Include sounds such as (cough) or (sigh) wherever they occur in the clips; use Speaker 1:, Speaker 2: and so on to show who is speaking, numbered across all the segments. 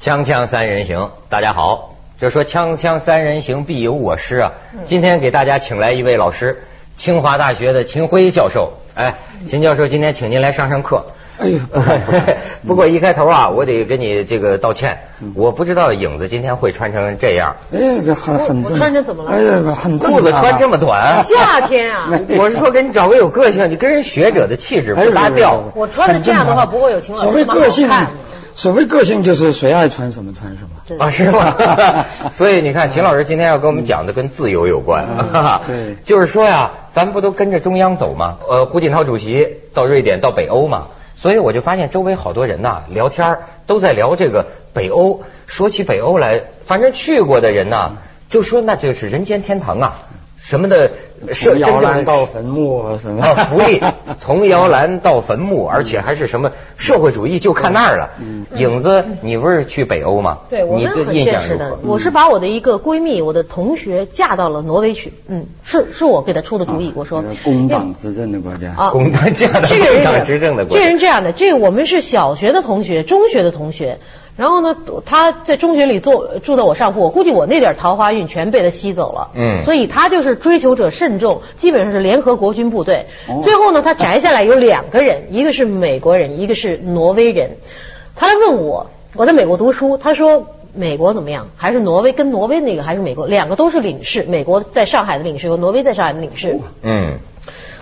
Speaker 1: 锵锵三人行，大家好。这说锵锵三人行必有我师啊，
Speaker 2: 嗯
Speaker 3: 嗯
Speaker 1: 今天给大家请来一位老师，清华大学的秦晖教授。哎，秦教授，今天请您来上上
Speaker 3: (laughs)
Speaker 1: 课。 (laughs)
Speaker 3: 哎呦，不敢
Speaker 2: (laughs)
Speaker 3: 不敢
Speaker 1: 不过一开头啊，我得跟你这个道歉，
Speaker 3: 嗯
Speaker 1: 我不知道影子今天会穿成这样，
Speaker 3: 哎，这很很
Speaker 2: 我
Speaker 3: 正
Speaker 2: 穿着怎么了
Speaker 3: 哎呀，很正常啊
Speaker 1: 裤子穿这么短。
Speaker 3: (laughs)
Speaker 2: 夏天啊，
Speaker 1: (laughs) 我是说给你找个有个性，你跟人学者的气质
Speaker 3: 哎
Speaker 1: 不搭调。
Speaker 2: 我穿得这样的话不会有秦老师
Speaker 3: 所谓个性
Speaker 2: 那么好看，
Speaker 3: 所谓个性就是谁爱穿什么穿什么。
Speaker 2: 真的
Speaker 1: 啊，是吗？
Speaker 3: (laughs)
Speaker 1: (laughs) 所以你看，秦老师今天要跟我们讲的跟自由有关，
Speaker 3: 对
Speaker 1: 就是说呀，咱们不都跟着中央走吗？呃，胡锦涛主席到瑞典、到北欧嘛，所以我就发现周围好多人呐、聊天儿都在聊这个北欧。说起北欧来，反正去过的人呐、就说那就是人间天堂啊，什么的，
Speaker 3: 从摇篮
Speaker 1: 真正
Speaker 3: 到坟墓啊什么
Speaker 1: 啊，
Speaker 2: (laughs)
Speaker 1: 福
Speaker 3: (laughs)
Speaker 1: 利从摇篮到坟墓，而且还是什么社会主义，就看那儿了。影子，你不是去北欧吗？
Speaker 2: 嗯对我
Speaker 1: 你
Speaker 2: 们
Speaker 1: 对
Speaker 2: 很
Speaker 1: 印
Speaker 2: 现
Speaker 1: 象
Speaker 2: 实
Speaker 1: 如
Speaker 2: 的嗯
Speaker 1: 何，？嗯
Speaker 2: 我是把我的一个闺蜜、我的同学嫁到了挪威去，嗯，是是我给她出的
Speaker 1: 啊
Speaker 2: 主意，我说
Speaker 3: 工党执政的国家，
Speaker 2: 啊，
Speaker 1: 共产党
Speaker 2: 这个人
Speaker 1: 共党
Speaker 2: 是
Speaker 1: 执政的国
Speaker 2: 这
Speaker 1: 家
Speaker 2: 个人这样的，这个我们是小学的同学，中学的同学。然后呢，他在中学里坐住在我上铺，我估计我那点桃花运全被他吸走了。
Speaker 1: 嗯
Speaker 2: 所以他就是追求者慎重，基本上是联合国军部队。
Speaker 3: 哦
Speaker 2: 最后呢，他摘下来有两个人，一个是美国人，一个是挪威人。他来问我，我在美国读书，他说美国怎么样？还是挪威跟挪威那个还是美国？两个都是领事，美国在上海的领事和挪威在上海的领事。
Speaker 1: 嗯，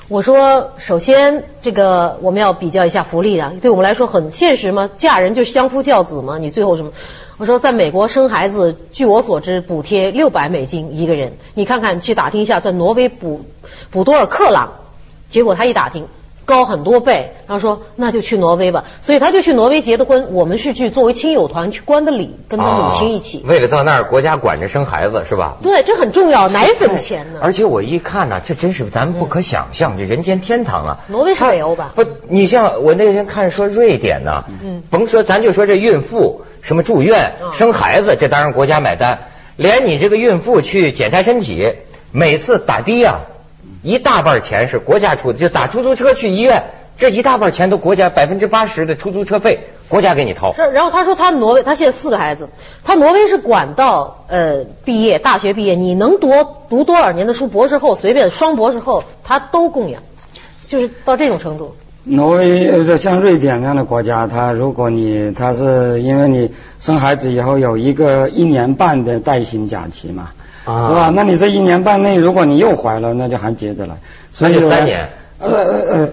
Speaker 2: 我说，首先这个我们要比较一下福利啊，对我们来说很现实嘛，嫁人就是相夫教子嘛，你最后什么？我说，在美国生孩子，据我所知，补贴六百美金一个人，你看看去打听一下，在挪威补补多少克朗？结果他一打听。高很多倍，然后说那就去挪威吧，所以他就去挪威结的婚。我们是去作为亲友团去观的礼，跟他母亲一起
Speaker 1: 啊。为了到那儿，国家管着生孩子是吧？
Speaker 2: 对，这很重要，奶粉钱呢。
Speaker 1: 而且我一看呐、这真是咱不可想象，这人间天堂啊！
Speaker 2: 挪威是北欧吧？
Speaker 1: 不，你像我那天看说瑞典呐，
Speaker 2: 嗯
Speaker 1: 甭说咱就说这孕妇什么住院、
Speaker 2: 嗯
Speaker 1: 生孩子，这当然国家买单，连你这个孕妇去检查身体，每次打的呀、一大半钱是国家出的，就打出租车去医院，这一大半钱都国家百分之八十的出租车费，国家给你掏。 (laughs)
Speaker 2: 是，然后他说他挪威，他现在四个孩子，他挪威是管到呃毕业，大学毕业，你能读读多少年的书，博士后随便双博士后，他都供养，就是到这种程度。
Speaker 3: 挪威呃像瑞典这样的国家，它如果你它是因为你生孩子以后有一个一年半的带薪假期嘛，
Speaker 1: 啊
Speaker 3: 是吧？那你这一年半内，如果你又怀了，那就还接着来，所以
Speaker 1: 那就
Speaker 3: 说
Speaker 1: 三年。
Speaker 3: 呃呃呃，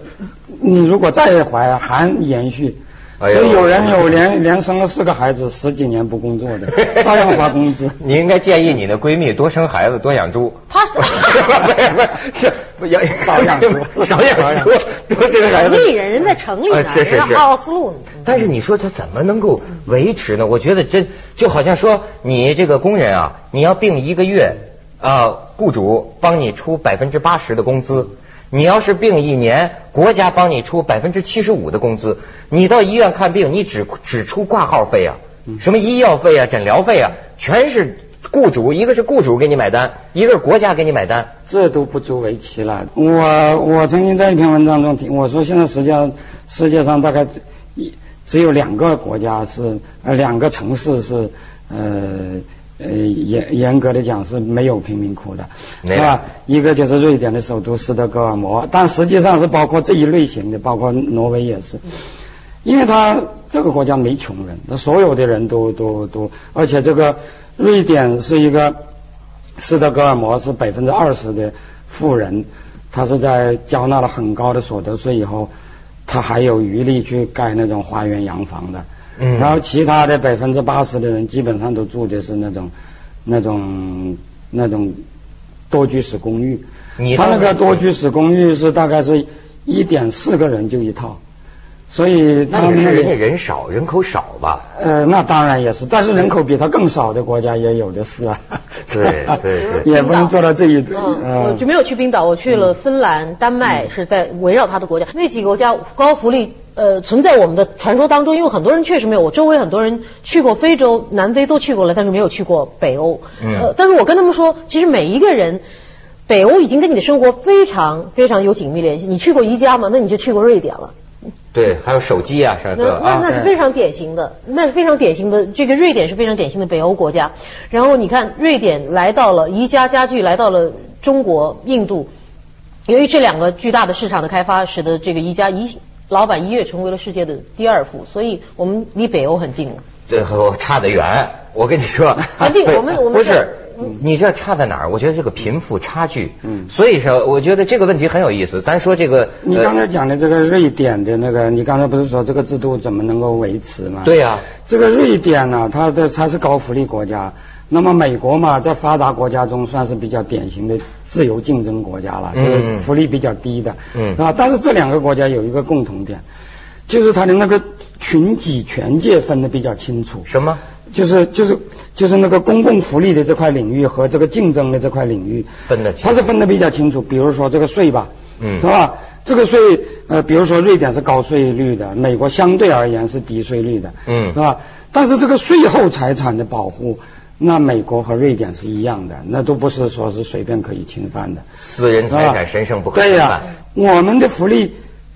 Speaker 3: 你如果再怀还延续。
Speaker 1: 哎
Speaker 3: 所
Speaker 1: 呦。
Speaker 3: 以有人有连连生了四个孩子，十几年不工作的，照样发工资
Speaker 1: (laughs) 你应该建议你的闺蜜多生孩子，多养猪。 (laughs)
Speaker 2: 她
Speaker 1: 不是不是不是，这不养
Speaker 3: 少养猪
Speaker 1: (laughs) 少养猪，多生孩
Speaker 2: 城
Speaker 1: 子。
Speaker 2: 里人人在城里
Speaker 1: 啊
Speaker 2: 呢，
Speaker 1: 是是
Speaker 2: 人
Speaker 1: 是
Speaker 2: 家奥斯陆呢。
Speaker 1: 但是你说他怎么能够维持呢？我觉得真就好像说你这个工人啊，你要病一个月啊，雇主帮你出百分之八十的工资；你要是病一年，国家帮你出百分之七十五的工资。你到医院看病，你只只出挂号费啊，什么医药费啊、诊疗费啊，全是雇主，一个是雇主给你买单，一个是国家给你买单。
Speaker 3: 这都不足为奇了。我我曾经在一篇文章中提，我说现在实际上世界上大概只一只有两个国家是呃两个城市是呃呃严严格的讲是没有贫民窟的，
Speaker 1: 哪
Speaker 3: 是
Speaker 1: 两
Speaker 3: 吧？一个就是瑞典的首都斯德哥尔摩，但实际上是包括这一类型的，包括挪威也是。因为他这个国家没穷人，他所有的人都都都，而且这个瑞典是一个斯德哥尔摩是百分之二十的富人，他是在缴纳了很高的所得税以后，他还有余力去盖那种花园洋房的。
Speaker 1: 嗯
Speaker 3: 然后其他的百分之八十的人基本上都住的是那种那种那种多居室公寓。
Speaker 1: 你
Speaker 3: 他那
Speaker 1: 当
Speaker 3: 个
Speaker 1: 然
Speaker 3: 多居室公寓是大概是一点四个人就一套，所以他
Speaker 1: 那
Speaker 3: 们
Speaker 1: 只是
Speaker 3: 那
Speaker 1: 人家
Speaker 3: 里
Speaker 1: 人少，人口少吧？
Speaker 3: 呃，那当然也是，但是人口比他更少的国家也有的是啊。
Speaker 1: (laughs) 对对
Speaker 2: 对
Speaker 3: (laughs) 也不能做到这一呃
Speaker 2: 嗯
Speaker 3: 点。，
Speaker 2: 我就没有去冰岛，我去了芬兰、丹麦，是在围绕它的国家。那几个国家高福利呃存在我们的传说当中，因为很多人确实没有。我周围很多人去过非洲、南非都去过了，但是没有去过北欧。
Speaker 1: 嗯
Speaker 2: 呃，但是我跟他们说，其实每一个人。北欧已经跟你的生活非常非常有紧密联系。你去过宜家吗？那你就去过瑞典了。
Speaker 1: 对，还有手机啊什么
Speaker 2: 那
Speaker 1: 的
Speaker 2: 那
Speaker 1: 啊，
Speaker 2: 那是非常典型的，那是非常典型的。这个瑞典是非常典型的北欧国家。然后你看，瑞典来到了宜家家具来到了中国、印度，由于这两个巨大的市场的开发，使得这个宜家一老板一跃成为了世界的第二富，所以我们离北欧很近了。
Speaker 1: 对，我差得远。我跟你说，
Speaker 2: (laughs) 环境
Speaker 1: 对
Speaker 2: 我们我们嗯
Speaker 1: 不
Speaker 2: 在
Speaker 1: 是你这差在哪儿？我觉得这个贫富差距，
Speaker 3: 嗯
Speaker 1: 所以说我觉得这个问题很有意思。咱说这个，
Speaker 3: 你
Speaker 1: 呃
Speaker 3: 刚才讲的这个瑞典的那个，你刚才不是说这个制度怎么能够维持吗？
Speaker 1: 对呀
Speaker 3: 这个瑞典呢、它的它是高福利国家，那么美国嘛，在发达国家中算是比较典型的自由竞争国家了，就是
Speaker 1: 嗯
Speaker 3: 福利比较低的，
Speaker 1: 嗯
Speaker 3: 是吧？但是这两个国家有一个共同点，就是它的那个群体权界分得比较清楚，
Speaker 1: 什么？
Speaker 3: 就是就是就是那个公共福利的这块领域和这个竞争的这块领域
Speaker 1: 分得清
Speaker 3: 它是分得比较清楚。比如说这个税吧，
Speaker 1: 嗯
Speaker 3: 是吧？这个税呃，比如说瑞典是高税率的，美国相对而言是低税率的，
Speaker 1: 嗯
Speaker 3: 是吧？但是这个税后财产的保护。那美国和瑞典是一样的，那都不是说是随便可以侵犯的。
Speaker 1: 私人财产
Speaker 3: 啊
Speaker 1: 神圣不可
Speaker 3: 对
Speaker 1: 侵
Speaker 3: 呀、
Speaker 1: 犯。
Speaker 3: 我们的福利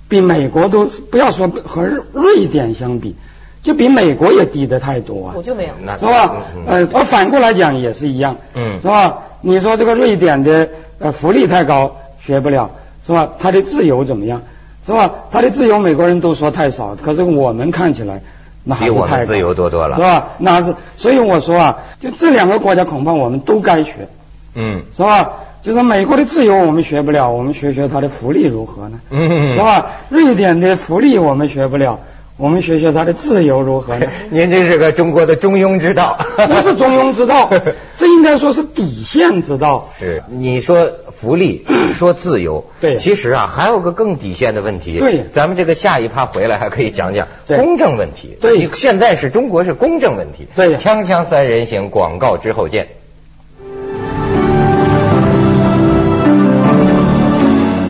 Speaker 3: 比美国都不要说和瑞典相比，就比美国也低得太多啊
Speaker 2: 我。就没有。
Speaker 1: 那
Speaker 3: 是吧
Speaker 1: 嗯？嗯
Speaker 3: 呃，而反过来讲也是一样，
Speaker 1: 嗯
Speaker 3: 是吧？你说这个瑞典的呃福利太高，学不了，是吧？他的自由怎么样，是吧？他的自由美国人都说太少，可是我们看起来那还是
Speaker 1: 比我们
Speaker 3: 太高
Speaker 1: 自由多多了
Speaker 3: 是吧？那是，所以我说啊，就这两个国家恐怕我们都该学，
Speaker 1: 嗯
Speaker 3: 是吧？就是美国的自由我们学不了，我们学学它的福利如何呢？
Speaker 1: 嗯
Speaker 3: 是吧？瑞典的福利我们学不了，我们学学它的自由如何呢？
Speaker 1: (laughs) 您真是个中国的中庸之道，
Speaker 3: (laughs) 不是中庸之
Speaker 1: (laughs)
Speaker 3: 道，这应该说是底线之道。
Speaker 1: 是你说福
Speaker 3: (clears throat)
Speaker 1: 利，说自由，
Speaker 3: 对
Speaker 1: 其实啊还有个更底线的问题，
Speaker 3: 对
Speaker 1: 咱们这个下一趴回来还可以讲讲
Speaker 3: 对
Speaker 1: 公正问题，
Speaker 3: 对
Speaker 1: 你现在是中国是公正问题，
Speaker 3: 对
Speaker 1: 锵锵三人行广告之后见。 (clears throat)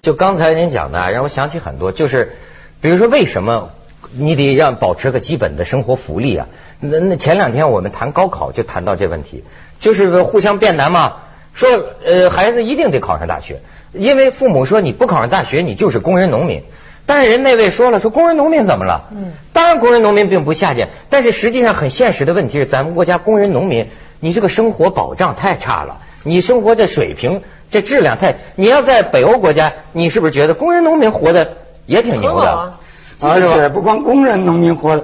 Speaker 1: 就刚才您讲的啊，让我想起很多，就是比如说为什么你得让保持个基本的生活福利啊？那那前两天我们谈高考就谈到这问题，就是互相辩难嘛，说呃孩子一定得考上大学，因为父母说你不考上大学你就是工人农民。但是人那位说了，说工人农民怎么了？
Speaker 2: 嗯
Speaker 1: 当然工人农民并不下贱，但是实际上很现实的问题是，咱们国家工人农民，你这个生活保障太差了，你生活的水平这质量太，你要在北欧国家，你是不是觉得工人农民活得也挺
Speaker 2: 很
Speaker 1: 牛
Speaker 2: 好
Speaker 1: 的？
Speaker 2: 啊，
Speaker 3: 而且不光工人、农民活，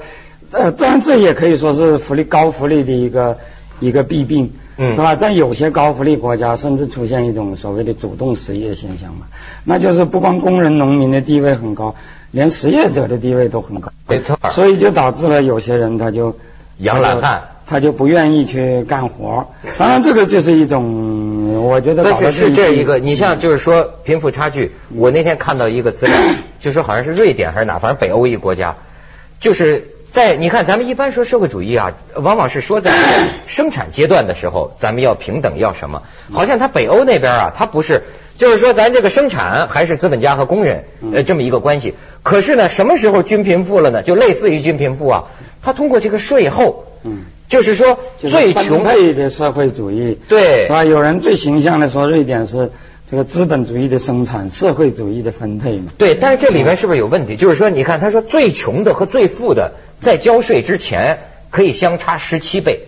Speaker 3: 呃，当然这也可以说是福利高福利的一个一个弊病，
Speaker 1: 嗯
Speaker 3: 是吧？但有些高福利国家甚至出现一种所谓的主动失业现象嘛，那就是不光工人、农民的地位很高，连失业者的地位都很高，
Speaker 1: 没错
Speaker 3: 所以就导致了有些人他就
Speaker 1: 养懒汉。
Speaker 3: 他就不愿意去干活，当然这个就是一种，我觉得
Speaker 1: 但
Speaker 3: 搞
Speaker 1: 是
Speaker 3: 得
Speaker 1: 是
Speaker 3: 自己
Speaker 1: 这一个，你像就是说贫富差距，我那天看到一个资料，就说好像是瑞典还是哪，反正北欧一国家，就是在你看咱们一般说社会主义啊，往往是说在生产阶段的时候，咱们要平等要什么，好像他北欧那边啊，他不是。就是说，咱这个生产还是资本家和工人，
Speaker 3: 嗯
Speaker 1: 呃，这么一个关系。可是呢，什么时候均贫富了呢？就类似于均贫富啊，他通过这个税后，
Speaker 3: 嗯
Speaker 1: 就是说
Speaker 3: 就是
Speaker 1: 最
Speaker 3: 分
Speaker 1: 穷
Speaker 3: 配的社会主义，
Speaker 1: 对
Speaker 3: 是吧？有人最形象的说，瑞典是这个资本主义的生产，社会主义的分配嘛。
Speaker 1: 对，但是这里面是不是有问题？就是说，你看他说最穷的和最富的在交税之前可以相差十七倍，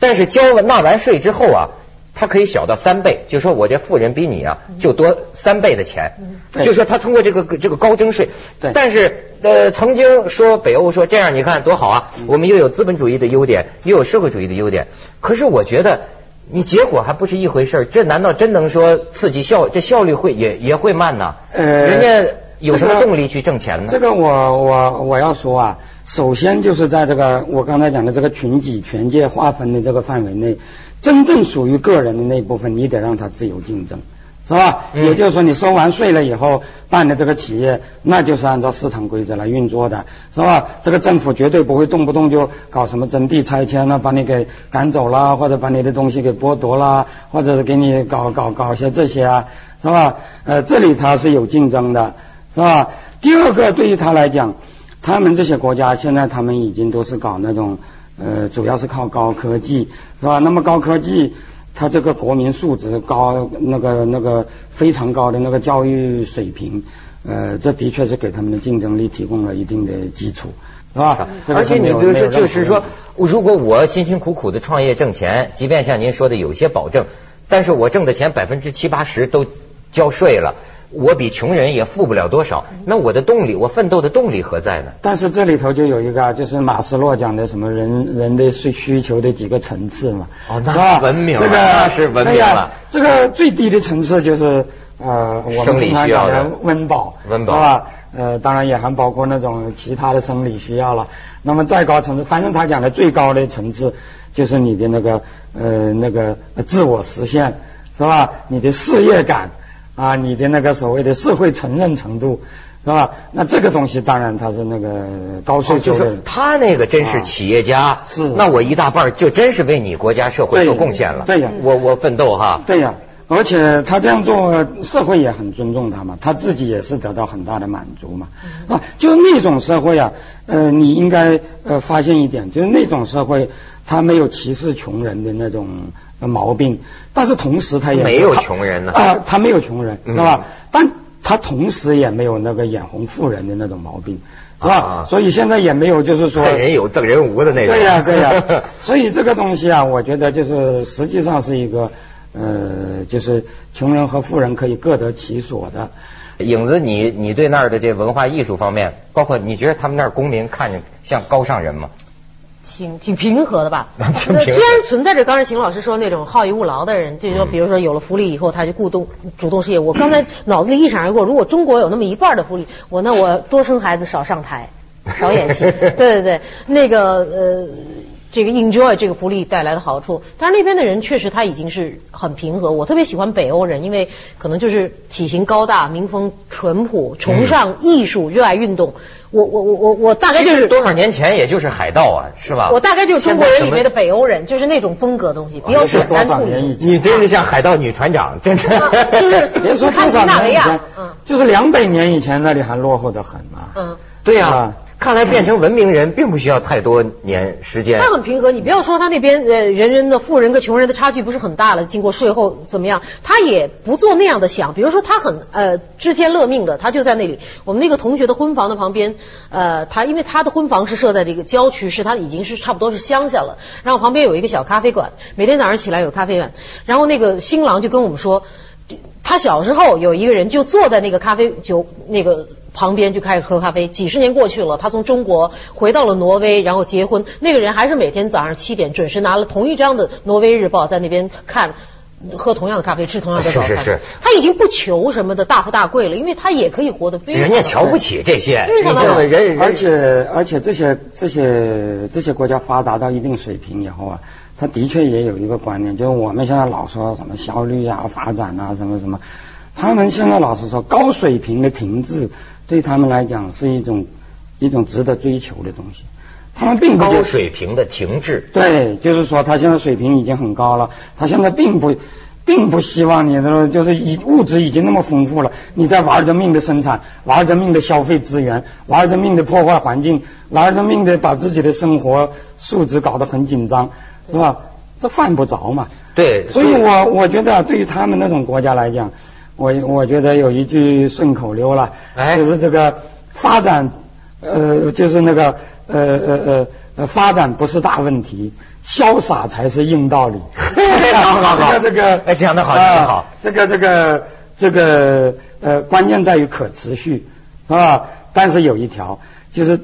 Speaker 1: 但是交完纳完税之后啊，他可以小到三倍，就说我这富人比你啊就多三倍的钱，
Speaker 3: 对
Speaker 1: 就说他通过这个这个高征税，
Speaker 3: 对
Speaker 1: 但是呃，曾经说北欧说这样你看多好啊，我们又有资本主义的优点，又有社会主义的优点，可是我觉得。你结果还不是一回事儿，这难道真能说刺激效？这效率会也也会慢呐、
Speaker 3: 呃
Speaker 1: 人家有什么动力去挣钱呢？
Speaker 3: 这个我我我要说啊，首先就是在这个我刚才讲的这个群体权界划分的这个范围内，真正属于个人的那一部分，你得让他自由竞争。是吧？
Speaker 1: 嗯
Speaker 3: 也就是说，你收完税了以后办的这个企业，那就是按照市场规则来运作的，是吧？这个政府绝对不会动不动就搞什么征地拆迁啊了，把你给赶走啦，或者把你的东西给剥夺啦，或者是给你搞搞搞些这些啊，是吧？呃，这里它是有竞争的，是吧？第二个，对于他来讲，他们这些国家现在他们已经都是搞那种，呃，主要是靠高科技，是吧？那么高科技，它这个国民素质高，那个那个非常高的那个教育水平，呃，这的确是给他们的竞争力提供了一定的基础，是吧？这个
Speaker 1: 而
Speaker 3: 是
Speaker 1: 且
Speaker 3: 没
Speaker 1: 你
Speaker 3: 有
Speaker 1: 比如
Speaker 3: 没有
Speaker 1: 说，
Speaker 3: 任何
Speaker 1: 就是
Speaker 3: 问
Speaker 1: 说
Speaker 3: 题，
Speaker 1: 如果我辛辛苦苦的创业挣钱，即便像您说的有些保证，但是我挣的钱百分之七八十都交税了，我比穷人也富不了多少，
Speaker 3: 嗯
Speaker 1: 那我的动力，我奋斗的动力何在呢？
Speaker 3: 但是这里头就有一个啊，就是马斯洛讲的什么人人的需需求的几个层次嘛。
Speaker 1: 哦那
Speaker 3: 是吧
Speaker 1: 文明了
Speaker 3: 这个
Speaker 1: 那是文明了啊
Speaker 3: 哎呀这个最低的层次就是呃，我
Speaker 1: 生
Speaker 3: 们
Speaker 1: 理
Speaker 3: 平常
Speaker 1: 需要
Speaker 3: 讲
Speaker 1: 的
Speaker 3: 的温饱，
Speaker 1: 温饱
Speaker 3: 是吧？呃，当然也还包括那种其他的生理需要了。那么再高层次，反正他讲的最高的层次就是你的那个呃那个自我实现，是吧？你的事业感啊，你的那个所谓的社会承认程度。是吧？那这个东西当然它是那个高税
Speaker 1: 哦就
Speaker 3: 收的，
Speaker 1: 是他那个真是企业家，
Speaker 3: 啊是
Speaker 1: 那我一大半儿就真是为你国家社会做贡献了。
Speaker 3: 对呀对呀
Speaker 1: 我我奋斗哈。
Speaker 3: 对呀、而且他这样做，社会也很尊重他嘛，他自己也是得到很大的满足嘛。
Speaker 1: 嗯
Speaker 3: 啊，就是那种社会啊，呃，你应该呃发现一点，就是那种社会，他没有歧视穷人的那种呃毛病，但是同时他也
Speaker 1: 没有穷人呢
Speaker 3: 啊、他没有穷人
Speaker 1: 嗯
Speaker 3: 是吧？但他同时也没有那个眼红富人的那种毛病，是吧？
Speaker 1: 啊
Speaker 3: 所以现在也没有就
Speaker 1: (laughs)
Speaker 3: 是说
Speaker 1: 恨人有赠人无的那种。
Speaker 3: 对呀、对呀、
Speaker 1: (laughs)
Speaker 3: 所以这个东西啊，我觉得就是实际上是一个呃，就是穷人和富人可以各得其所的。
Speaker 1: 影子你，你对那儿的这文化艺术方面，包括你觉得他们那儿公民看着像高尚人吗？？
Speaker 2: 挺挺平和的吧
Speaker 1: (laughs) 挺平和
Speaker 2: 那既然存在着刚才秦老师说那种好逸恶劳的人，
Speaker 1: 嗯
Speaker 2: 就是说，比如说有了福利以后，他就故动主动事业。我刚才脑子里一闪而过，如果中国有那么一半的福利，我那我多生孩子，少上台，少
Speaker 1: (laughs)
Speaker 2: 演戏。对对对，那个呃，这个 enjoy 这个福利带来的好处。但是那边的人确实他已经是很平和。我特别喜欢北欧人，因为可能就是体型高大，民风淳朴，崇尚艺术，热爱运动。我我我我我大
Speaker 1: 嗯
Speaker 2: 概就
Speaker 1: 其实
Speaker 2: 是
Speaker 1: 多少年前也就是海盗啊，是吧？
Speaker 2: 我大概就是中国人里面的
Speaker 1: 现在怎么。
Speaker 2: 北欧人，就是那种风格的东西，比较
Speaker 3: 那是
Speaker 2: 简
Speaker 3: 多
Speaker 2: 单
Speaker 3: 少
Speaker 2: 处
Speaker 3: 年以
Speaker 2: 理。
Speaker 3: 前？
Speaker 1: 你真是像海盗女船长，真
Speaker 2: (laughs)
Speaker 1: 的。
Speaker 2: 就是斯
Speaker 3: 别
Speaker 2: 斯
Speaker 3: 说
Speaker 2: 堪的
Speaker 3: 多少
Speaker 2: 纳维
Speaker 3: 年以
Speaker 2: 亚
Speaker 3: 前，，
Speaker 2: 嗯
Speaker 3: 就是两百年以前那里还落后的很嘛。
Speaker 2: 嗯，
Speaker 1: 对呀、
Speaker 3: 啊
Speaker 1: 看来变成文明人并不需要太多年时间。
Speaker 2: 他很平和。你不要说他那边呃人人的富人跟穷人的差距不是很大了，经过税后怎么样，他也不做那样的想。比如说他很呃知天乐命的，他就在那里。我们那个同学的婚房的旁边，呃，他因为他的婚房是设在这个郊区，是他已经是差不多是乡下了。然后旁边有一个小咖啡馆，每天早上起来有咖啡馆。然后那个新郎就跟我们说。他小时候有一个人就坐在那个咖啡酒那个旁边就开始喝咖啡，几十年过去了，他从中国回到了挪威，然后结婚，那个人还是每天早上七点准时拿了同一张的《挪威日报》在那边看。喝同样的咖啡，吃同样的早餐，
Speaker 1: 是是是
Speaker 2: 他已经不求什么的大富大贵了，因为他也可以活得非常。
Speaker 1: 人家瞧不起这些，
Speaker 2: 为什
Speaker 1: 你
Speaker 2: 么
Speaker 1: 像人
Speaker 3: 而
Speaker 1: 人
Speaker 3: 且而且这些这些这些国家发达到一定水平以后啊，他的确也有一个观念，就是我们现在老说什么效率啊、发展啊什么什么，他们现在老是说高水平的停滞，对他们来讲是一种一种值得追求的东西。他们并不
Speaker 1: 高
Speaker 3: 就
Speaker 1: 水平的停滞。
Speaker 3: 对，就是说他现在水平已经很高了，他现在并不。并不希望你的就是已物质已经那么丰富了，你再玩着命的生产，玩着命的消费资源，玩着命的破坏环境，玩着命的把自己的生活素质搞得很紧张，是吧？这犯不着嘛。
Speaker 1: 对，
Speaker 3: 所以我我觉得啊对于他们那种国家来讲，我我觉得有一句顺口溜了，
Speaker 1: 哎
Speaker 3: 就是这个发展，呃，就是那个呃呃呃呃，发展不是大问题，潇洒才是硬道 (laughs) 理。
Speaker 1: 好好好
Speaker 3: 这个这个
Speaker 1: 哎讲得好
Speaker 3: 啊
Speaker 1: 讲得好
Speaker 3: 这个这个这个呃，关键在于可持续，啊，但是有一条就是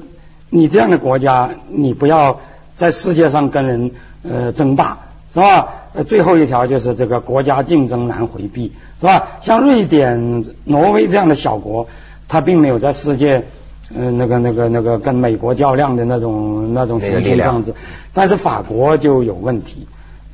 Speaker 3: 你这样的国家，你不要在世界上跟人呃争霸，是吧？呃，最后一条就是这个国家竞争难回避，是吧？像瑞典、挪威这样的小国，它并没有在世界。呃，那个、那个、那个，跟美国较量的那种、那种
Speaker 1: 那个
Speaker 3: 雄
Speaker 1: 力
Speaker 3: 心
Speaker 1: 量
Speaker 3: 壮志，但是法国就有问题，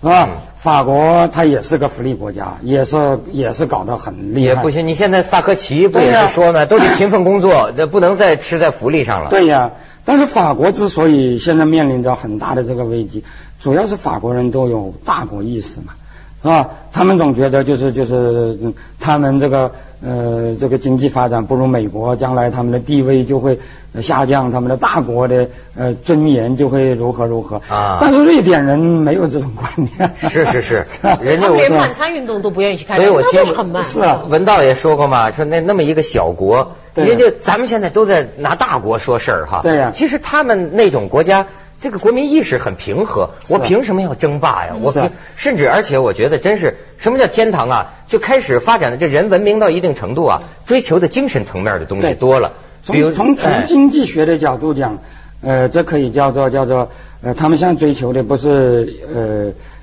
Speaker 3: 是吧？
Speaker 1: 嗯
Speaker 3: 法国它也是个福利国家，也是也是搞得很厉
Speaker 1: 也
Speaker 3: 害。
Speaker 1: 不行，你现在萨科齐不
Speaker 3: 对
Speaker 1: 也
Speaker 3: 呀
Speaker 2: 啊
Speaker 1: 是说呢，
Speaker 2: (laughs)
Speaker 1: 都得勤奋工作，这不能再吃在福利上了。
Speaker 2: 啊
Speaker 3: 对呀，但是法国之所以现在面临着很大的这个危机，主要是法国人都有大国意识嘛，是吧？他们总觉得就是就是嗯他们这个呃这个经济发展不如美国，将来他们的地位就会呃下降，他们的大国的呃尊严就会如何如何
Speaker 1: 啊
Speaker 3: 但是瑞典人没有这种观念，
Speaker 1: 是是
Speaker 3: (laughs)
Speaker 1: 是人家
Speaker 2: 他们
Speaker 1: 我
Speaker 2: 连晚餐运动都不愿意去开
Speaker 1: 所
Speaker 2: 展，
Speaker 1: 以我
Speaker 2: 那
Speaker 1: 听
Speaker 2: 就是很慢。
Speaker 3: 是啊
Speaker 1: 文道也说过嘛，说那那么一个小国，
Speaker 3: 对
Speaker 1: 人家咱们现在都在拿大国说事儿哈。
Speaker 3: 对呀
Speaker 1: 其实他们那种国家，这个国民意识很平和，
Speaker 3: 是
Speaker 1: 我
Speaker 3: 啊
Speaker 1: 凭什么要争霸呀？我
Speaker 3: 是啊
Speaker 1: 凭，甚至而且我觉得真是什么叫天堂啊？就开始发展的这人文明到一定程度啊，追求的精神层面的东西
Speaker 3: 对
Speaker 1: 多了，比如
Speaker 3: 从从啊从
Speaker 1: 哎
Speaker 3: 经济学的角度讲，呃，这可以叫做叫做呃，他们现在追求的不是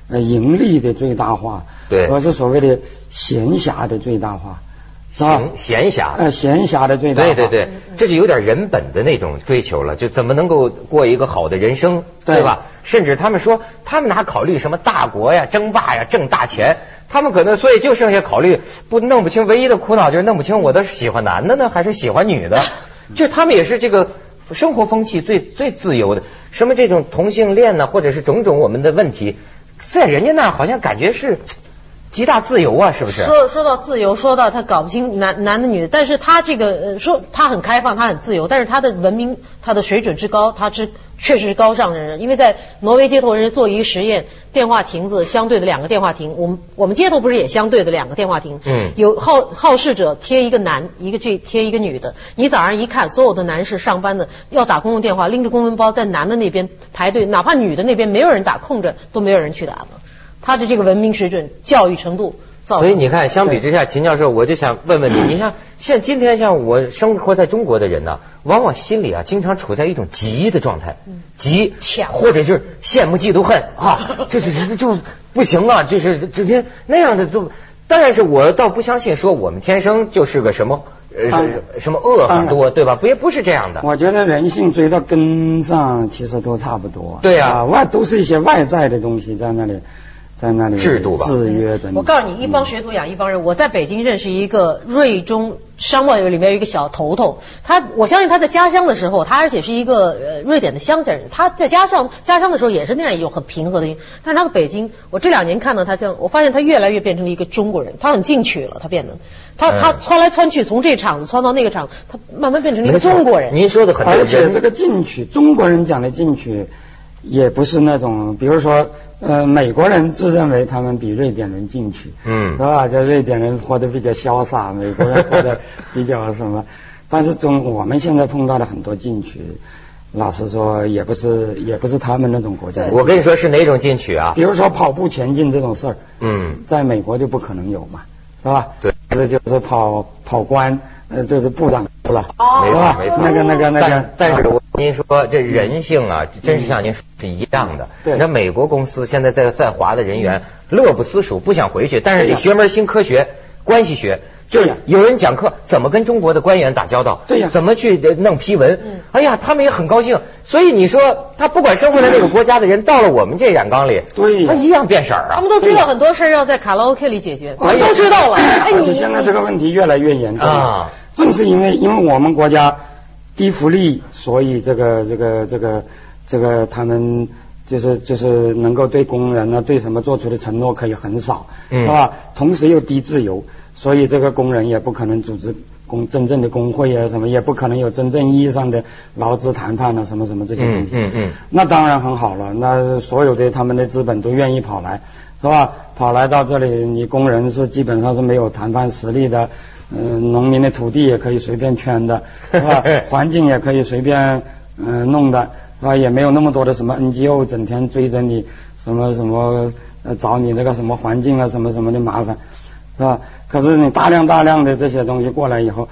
Speaker 3: 呃呃盈利的最大化，
Speaker 1: 对
Speaker 3: 而是所谓的闲暇的最大化，是吧
Speaker 1: 闲闲暇
Speaker 3: 呃，闲暇的最大化，嗯
Speaker 1: 对对对，这就有点人本的那种追求了，就怎么能够过一个好的人生，
Speaker 3: 对
Speaker 1: 对吧？甚至他们说，他们哪考虑什么大国呀、争霸呀、挣大钱，他们可能所以就剩下考虑不弄不清，唯一的苦恼就是弄不清我的是喜欢男的呢，还是喜欢
Speaker 3: (laughs)
Speaker 1: 女的，就他们也是这个。生活风气最最自由的，什么这种同性恋呢，或者是种种我们的问题，在人家那儿好像感觉是极大自由啊，是不是？
Speaker 2: 说说到自由，说到他搞不清男男的女的，但是他这个呃说他很开放，他很自由，但是他的文明，他的水准之高，他之确实是高尚的人。因为在挪威街头，人家做一个实验，电话亭子相对的两个电话亭，我们我们街头不是也相对的两个电话亭？
Speaker 1: 嗯
Speaker 2: 有好好事者贴一个男，一个这贴一个女的。你早上一看，所有的男士上班的要打公用电话，拎着公文包在男的那边排队，哪怕女的那边没有人打，空着都没有人去打了。他的这个文明水准、教育程度造
Speaker 1: 所以
Speaker 2: 成。
Speaker 1: 你看，相比之下，秦教授，我就想问
Speaker 3: (clears throat)
Speaker 1: 问你，你像像今天像我生活在中国的人呢、往往心里啊经常处在一种急的状态，
Speaker 3: 嗯
Speaker 1: 急
Speaker 2: 抢
Speaker 1: 或者就是羡慕嫉妒恨
Speaker 3: (laughs)
Speaker 1: 啊，这这这就不行啊，就是整天那样的就。当然是我倒不相信说我们天生就是个什么
Speaker 3: 当
Speaker 1: 呃
Speaker 3: 然
Speaker 1: 什么恶很
Speaker 3: 当
Speaker 1: 多，对吧？不也不是这样的，
Speaker 3: 我觉得人性追到根上，其实都差不多。
Speaker 1: 对啊
Speaker 3: 外都是一些外在的东西在那里，在那里
Speaker 1: 制度吧
Speaker 3: 制约着你。
Speaker 2: 我告诉你，一帮学徒养一帮人。我在北京认识一个瑞中商贸里面有一个小头头，他我相信他在家乡的时候，他而且是一个呃瑞典的乡下人，他在家乡家乡的时候也是那样一种很平和的人。但是他到北京，我这两年看到他这样，我发现他越来越变成了一个中国人，他很进取了，他变得，他他
Speaker 1: 嗯
Speaker 2: 窜来窜去，从这厂子窜到那个厂，他慢慢变成了一个
Speaker 1: 没错
Speaker 2: 中国人。
Speaker 1: 您说的很对，
Speaker 3: 而且
Speaker 1: 人
Speaker 3: 这个进取，中国人讲的进取，也不是那种，比如说，呃，美国人自认为他们比瑞典人进取，
Speaker 1: 嗯
Speaker 3: 是吧？就瑞典人活得比较潇洒，美国人活得比较
Speaker 1: (laughs)
Speaker 3: 什么？但是中我们现在碰到的很多进取，老实说，也不是也不是他们那种国家的进取。
Speaker 1: 我跟你说是哪种进取啊
Speaker 3: 比？如说跑步前进这种事儿，
Speaker 1: 嗯。
Speaker 3: 在美国就不可能有嘛，是吧？
Speaker 1: 对，
Speaker 3: 这就是跑跑官，呃，就是部长了，
Speaker 1: 没错
Speaker 3: 是吧
Speaker 1: 没错，
Speaker 3: 哦那个那个那个啊嗯
Speaker 1: 但，但是我跟您说，这人性啊，真是像您说是一样的。
Speaker 3: 对
Speaker 1: 那美国公司现在在在华的人员乐不思蜀，不想回去，但是
Speaker 3: 对
Speaker 1: 得
Speaker 3: 呀
Speaker 1: 学门新科学。关系学就
Speaker 3: 对
Speaker 1: 是
Speaker 3: 呀
Speaker 1: 有人讲课，怎么跟中国的官员打交道？
Speaker 3: 对呀嗯
Speaker 1: 怎么去呃弄批文？哎呀，他们也很高兴。所以你说，他不管生活在那个国家的人，到了我们这染缸里，
Speaker 3: 嗯对呀
Speaker 1: 他一样变色儿
Speaker 2: 他
Speaker 1: 啊
Speaker 2: 们。都知道很多事儿要在卡拉 OK 里解决，我
Speaker 3: 而且
Speaker 2: 都知道了。哎，
Speaker 3: 而
Speaker 2: 你
Speaker 3: 且现在这个问题越来越严重
Speaker 1: 啊
Speaker 3: 正是因为因为我们国家低福利，所以这个这个这个这个他们就是就是能够对工人呢对什么做出的承诺可以很少，
Speaker 1: 嗯
Speaker 3: 是吧？同时又低自由，所以这个工人也不可能组织工真正的工会啊什么，也不可能有真正意义上的劳资谈判啊什么什么这些东西。
Speaker 1: 嗯嗯嗯？
Speaker 3: 那当然很好了，那所有的他们的资本都愿意跑来，是吧？跑来到这里，你工人是基本上是没有谈判实力的，嗯、农民的土地也可以随便圈的，是吧环境也可以随便嗯、呃弄的，是吧？也没有那么多的什么 NGO 整天追着你什么什么呃找你那个什么环境啊什么什么的麻烦，是吧？可是你大量大量的这些东西过来以后，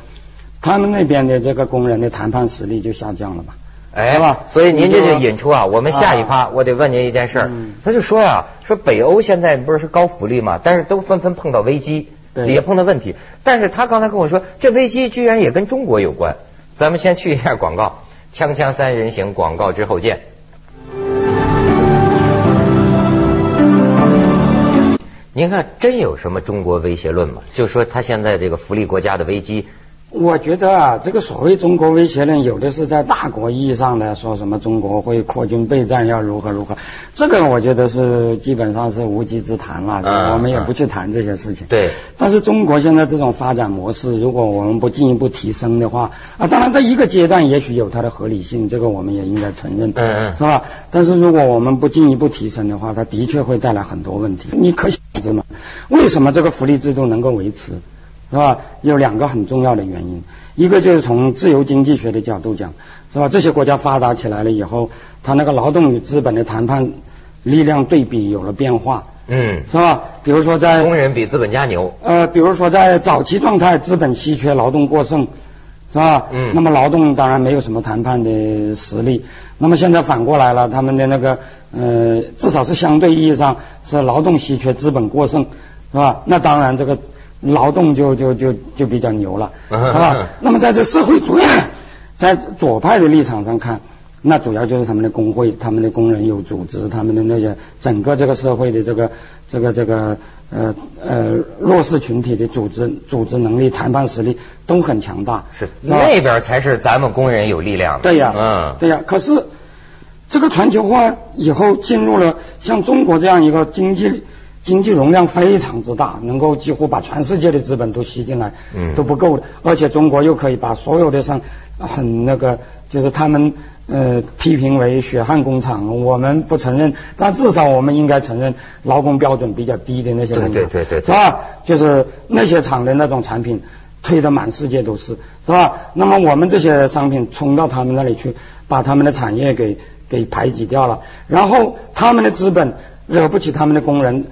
Speaker 3: 他们那边的这个工人的谈判实力就下降了嘛。
Speaker 1: 哎，
Speaker 3: 是吧
Speaker 1: 所以您这就
Speaker 3: 你就
Speaker 1: 引出啊，我们下一
Speaker 3: 啊
Speaker 1: 趴我得问您一件事儿
Speaker 3: 嗯，
Speaker 1: 他就说呀，说北欧现在不是高福利嘛，但是都纷纷碰到危机，
Speaker 3: 对
Speaker 1: 也碰到问题。但是他刚才跟我说，这危机居然也跟中国有关。咱们先去一下广告， (laughs) 锵锵三人行广告之后见。您看，真有什么中国威胁论吗？就说他现在这个福利国家的危机
Speaker 3: 我觉得啊，这个所谓中国威胁论，有的是在大国意义上的说什么中国会扩军备战，要如何如何，这个我觉得是基本上是无稽之谈了，
Speaker 1: 嗯
Speaker 3: 我们也不去谈这些事情。
Speaker 1: 对，
Speaker 3: 但是中国现在这种发展模式，如果我们不进一步提升的话，啊，当然在一个阶段也许有它的合理性，这个我们也应该承认，
Speaker 1: 嗯嗯
Speaker 3: 是吧？但是如果我们不进一步提升的话，它的确会带来很多问题。你可想而知嘛，为什么这个福利制度能够维持，是吧？有两个很重要的原因，一个就是从自由经济学的角度讲，是吧？这些国家发达起来了以后，它那个劳动与资本的谈判力量对比有了变化，
Speaker 1: 嗯，
Speaker 3: 是吧？比如说在
Speaker 1: 工人比资本家牛，
Speaker 3: 呃，比如说在早期状态，资本稀缺，劳动过剩，是吧？
Speaker 1: 嗯
Speaker 3: 那么劳动当然没有什么谈判的实力。那么现在反过来了，他们的那个呃，至少是相对意义上是劳动稀缺，资本过剩，是吧？那当然这个劳动就就就就比较牛了，是吧？那么在这社会主义，在左派的立场上看。那主要就是他们的工会、他们的工人有组织、他们的那些整个这个社会的这个这个这个呃呃弱势群体的组织、组织能力、谈判实力都很强大，
Speaker 1: 是
Speaker 3: 吧
Speaker 1: 那边才是咱们工人有力量的。
Speaker 3: 对呀、
Speaker 1: 嗯，
Speaker 3: 对呀、可是这个全球化以后进入了像中国这样一个经济经济容量非常之大，能够几乎把全世界的资本都吸进来，
Speaker 1: 嗯
Speaker 3: 都不够的。而且中国又可以把所有的像很那个，就是他们呃批评为血汗工厂，我们不承认，但至少我们应该承认劳工标准比较低的那些工厂，
Speaker 1: 对对对对对
Speaker 3: 是吧？就是那些厂的那种产品。推得满世界都是，是吧？那么我们这些商品冲到他们那里去，把他们的产业给给排挤掉了，然后他们的资本惹不起他们的工人，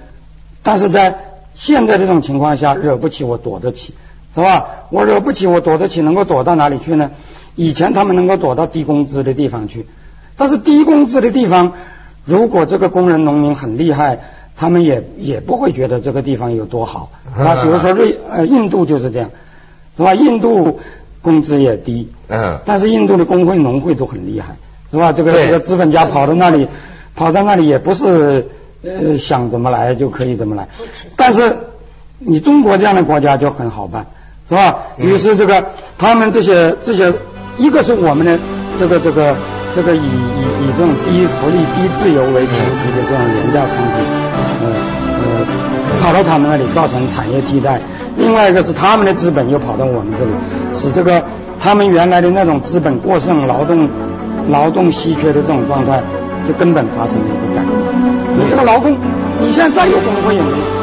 Speaker 3: 但是在现在这种情况下，惹不起我躲得起，是吧？我惹不起我躲得起，能够躲到哪里去呢？以前他们能够躲到低工资的地方去，但是低工资的地方，如果这个工人农民很厉害，他们也也不会觉得这个地方有多好。那比如说瑞呃印度就是这样，是吧？印度工资也低，
Speaker 1: 嗯，
Speaker 3: 但是印度的工会、农会都很厉害，是吧？这个
Speaker 1: 对
Speaker 3: 这个资本家跑到那里，跑到那里也不是呃想怎么来就可以怎么来，但是你中国这样的国家就很好办，是吧？
Speaker 1: 嗯
Speaker 3: 于是这个他们这些这些，一个是我们的这个这个这个以以以这种低福利、低自由为前提的这种廉价商品，呃呃，跑到他们那里造成产业替代。另外一个是他们的资本又跑到我们这里，使这个他们原来的那种资本过剩、劳动劳动稀缺的这种状态，就根本发生了一个改变。你这个劳工，你现在再有工会也没有。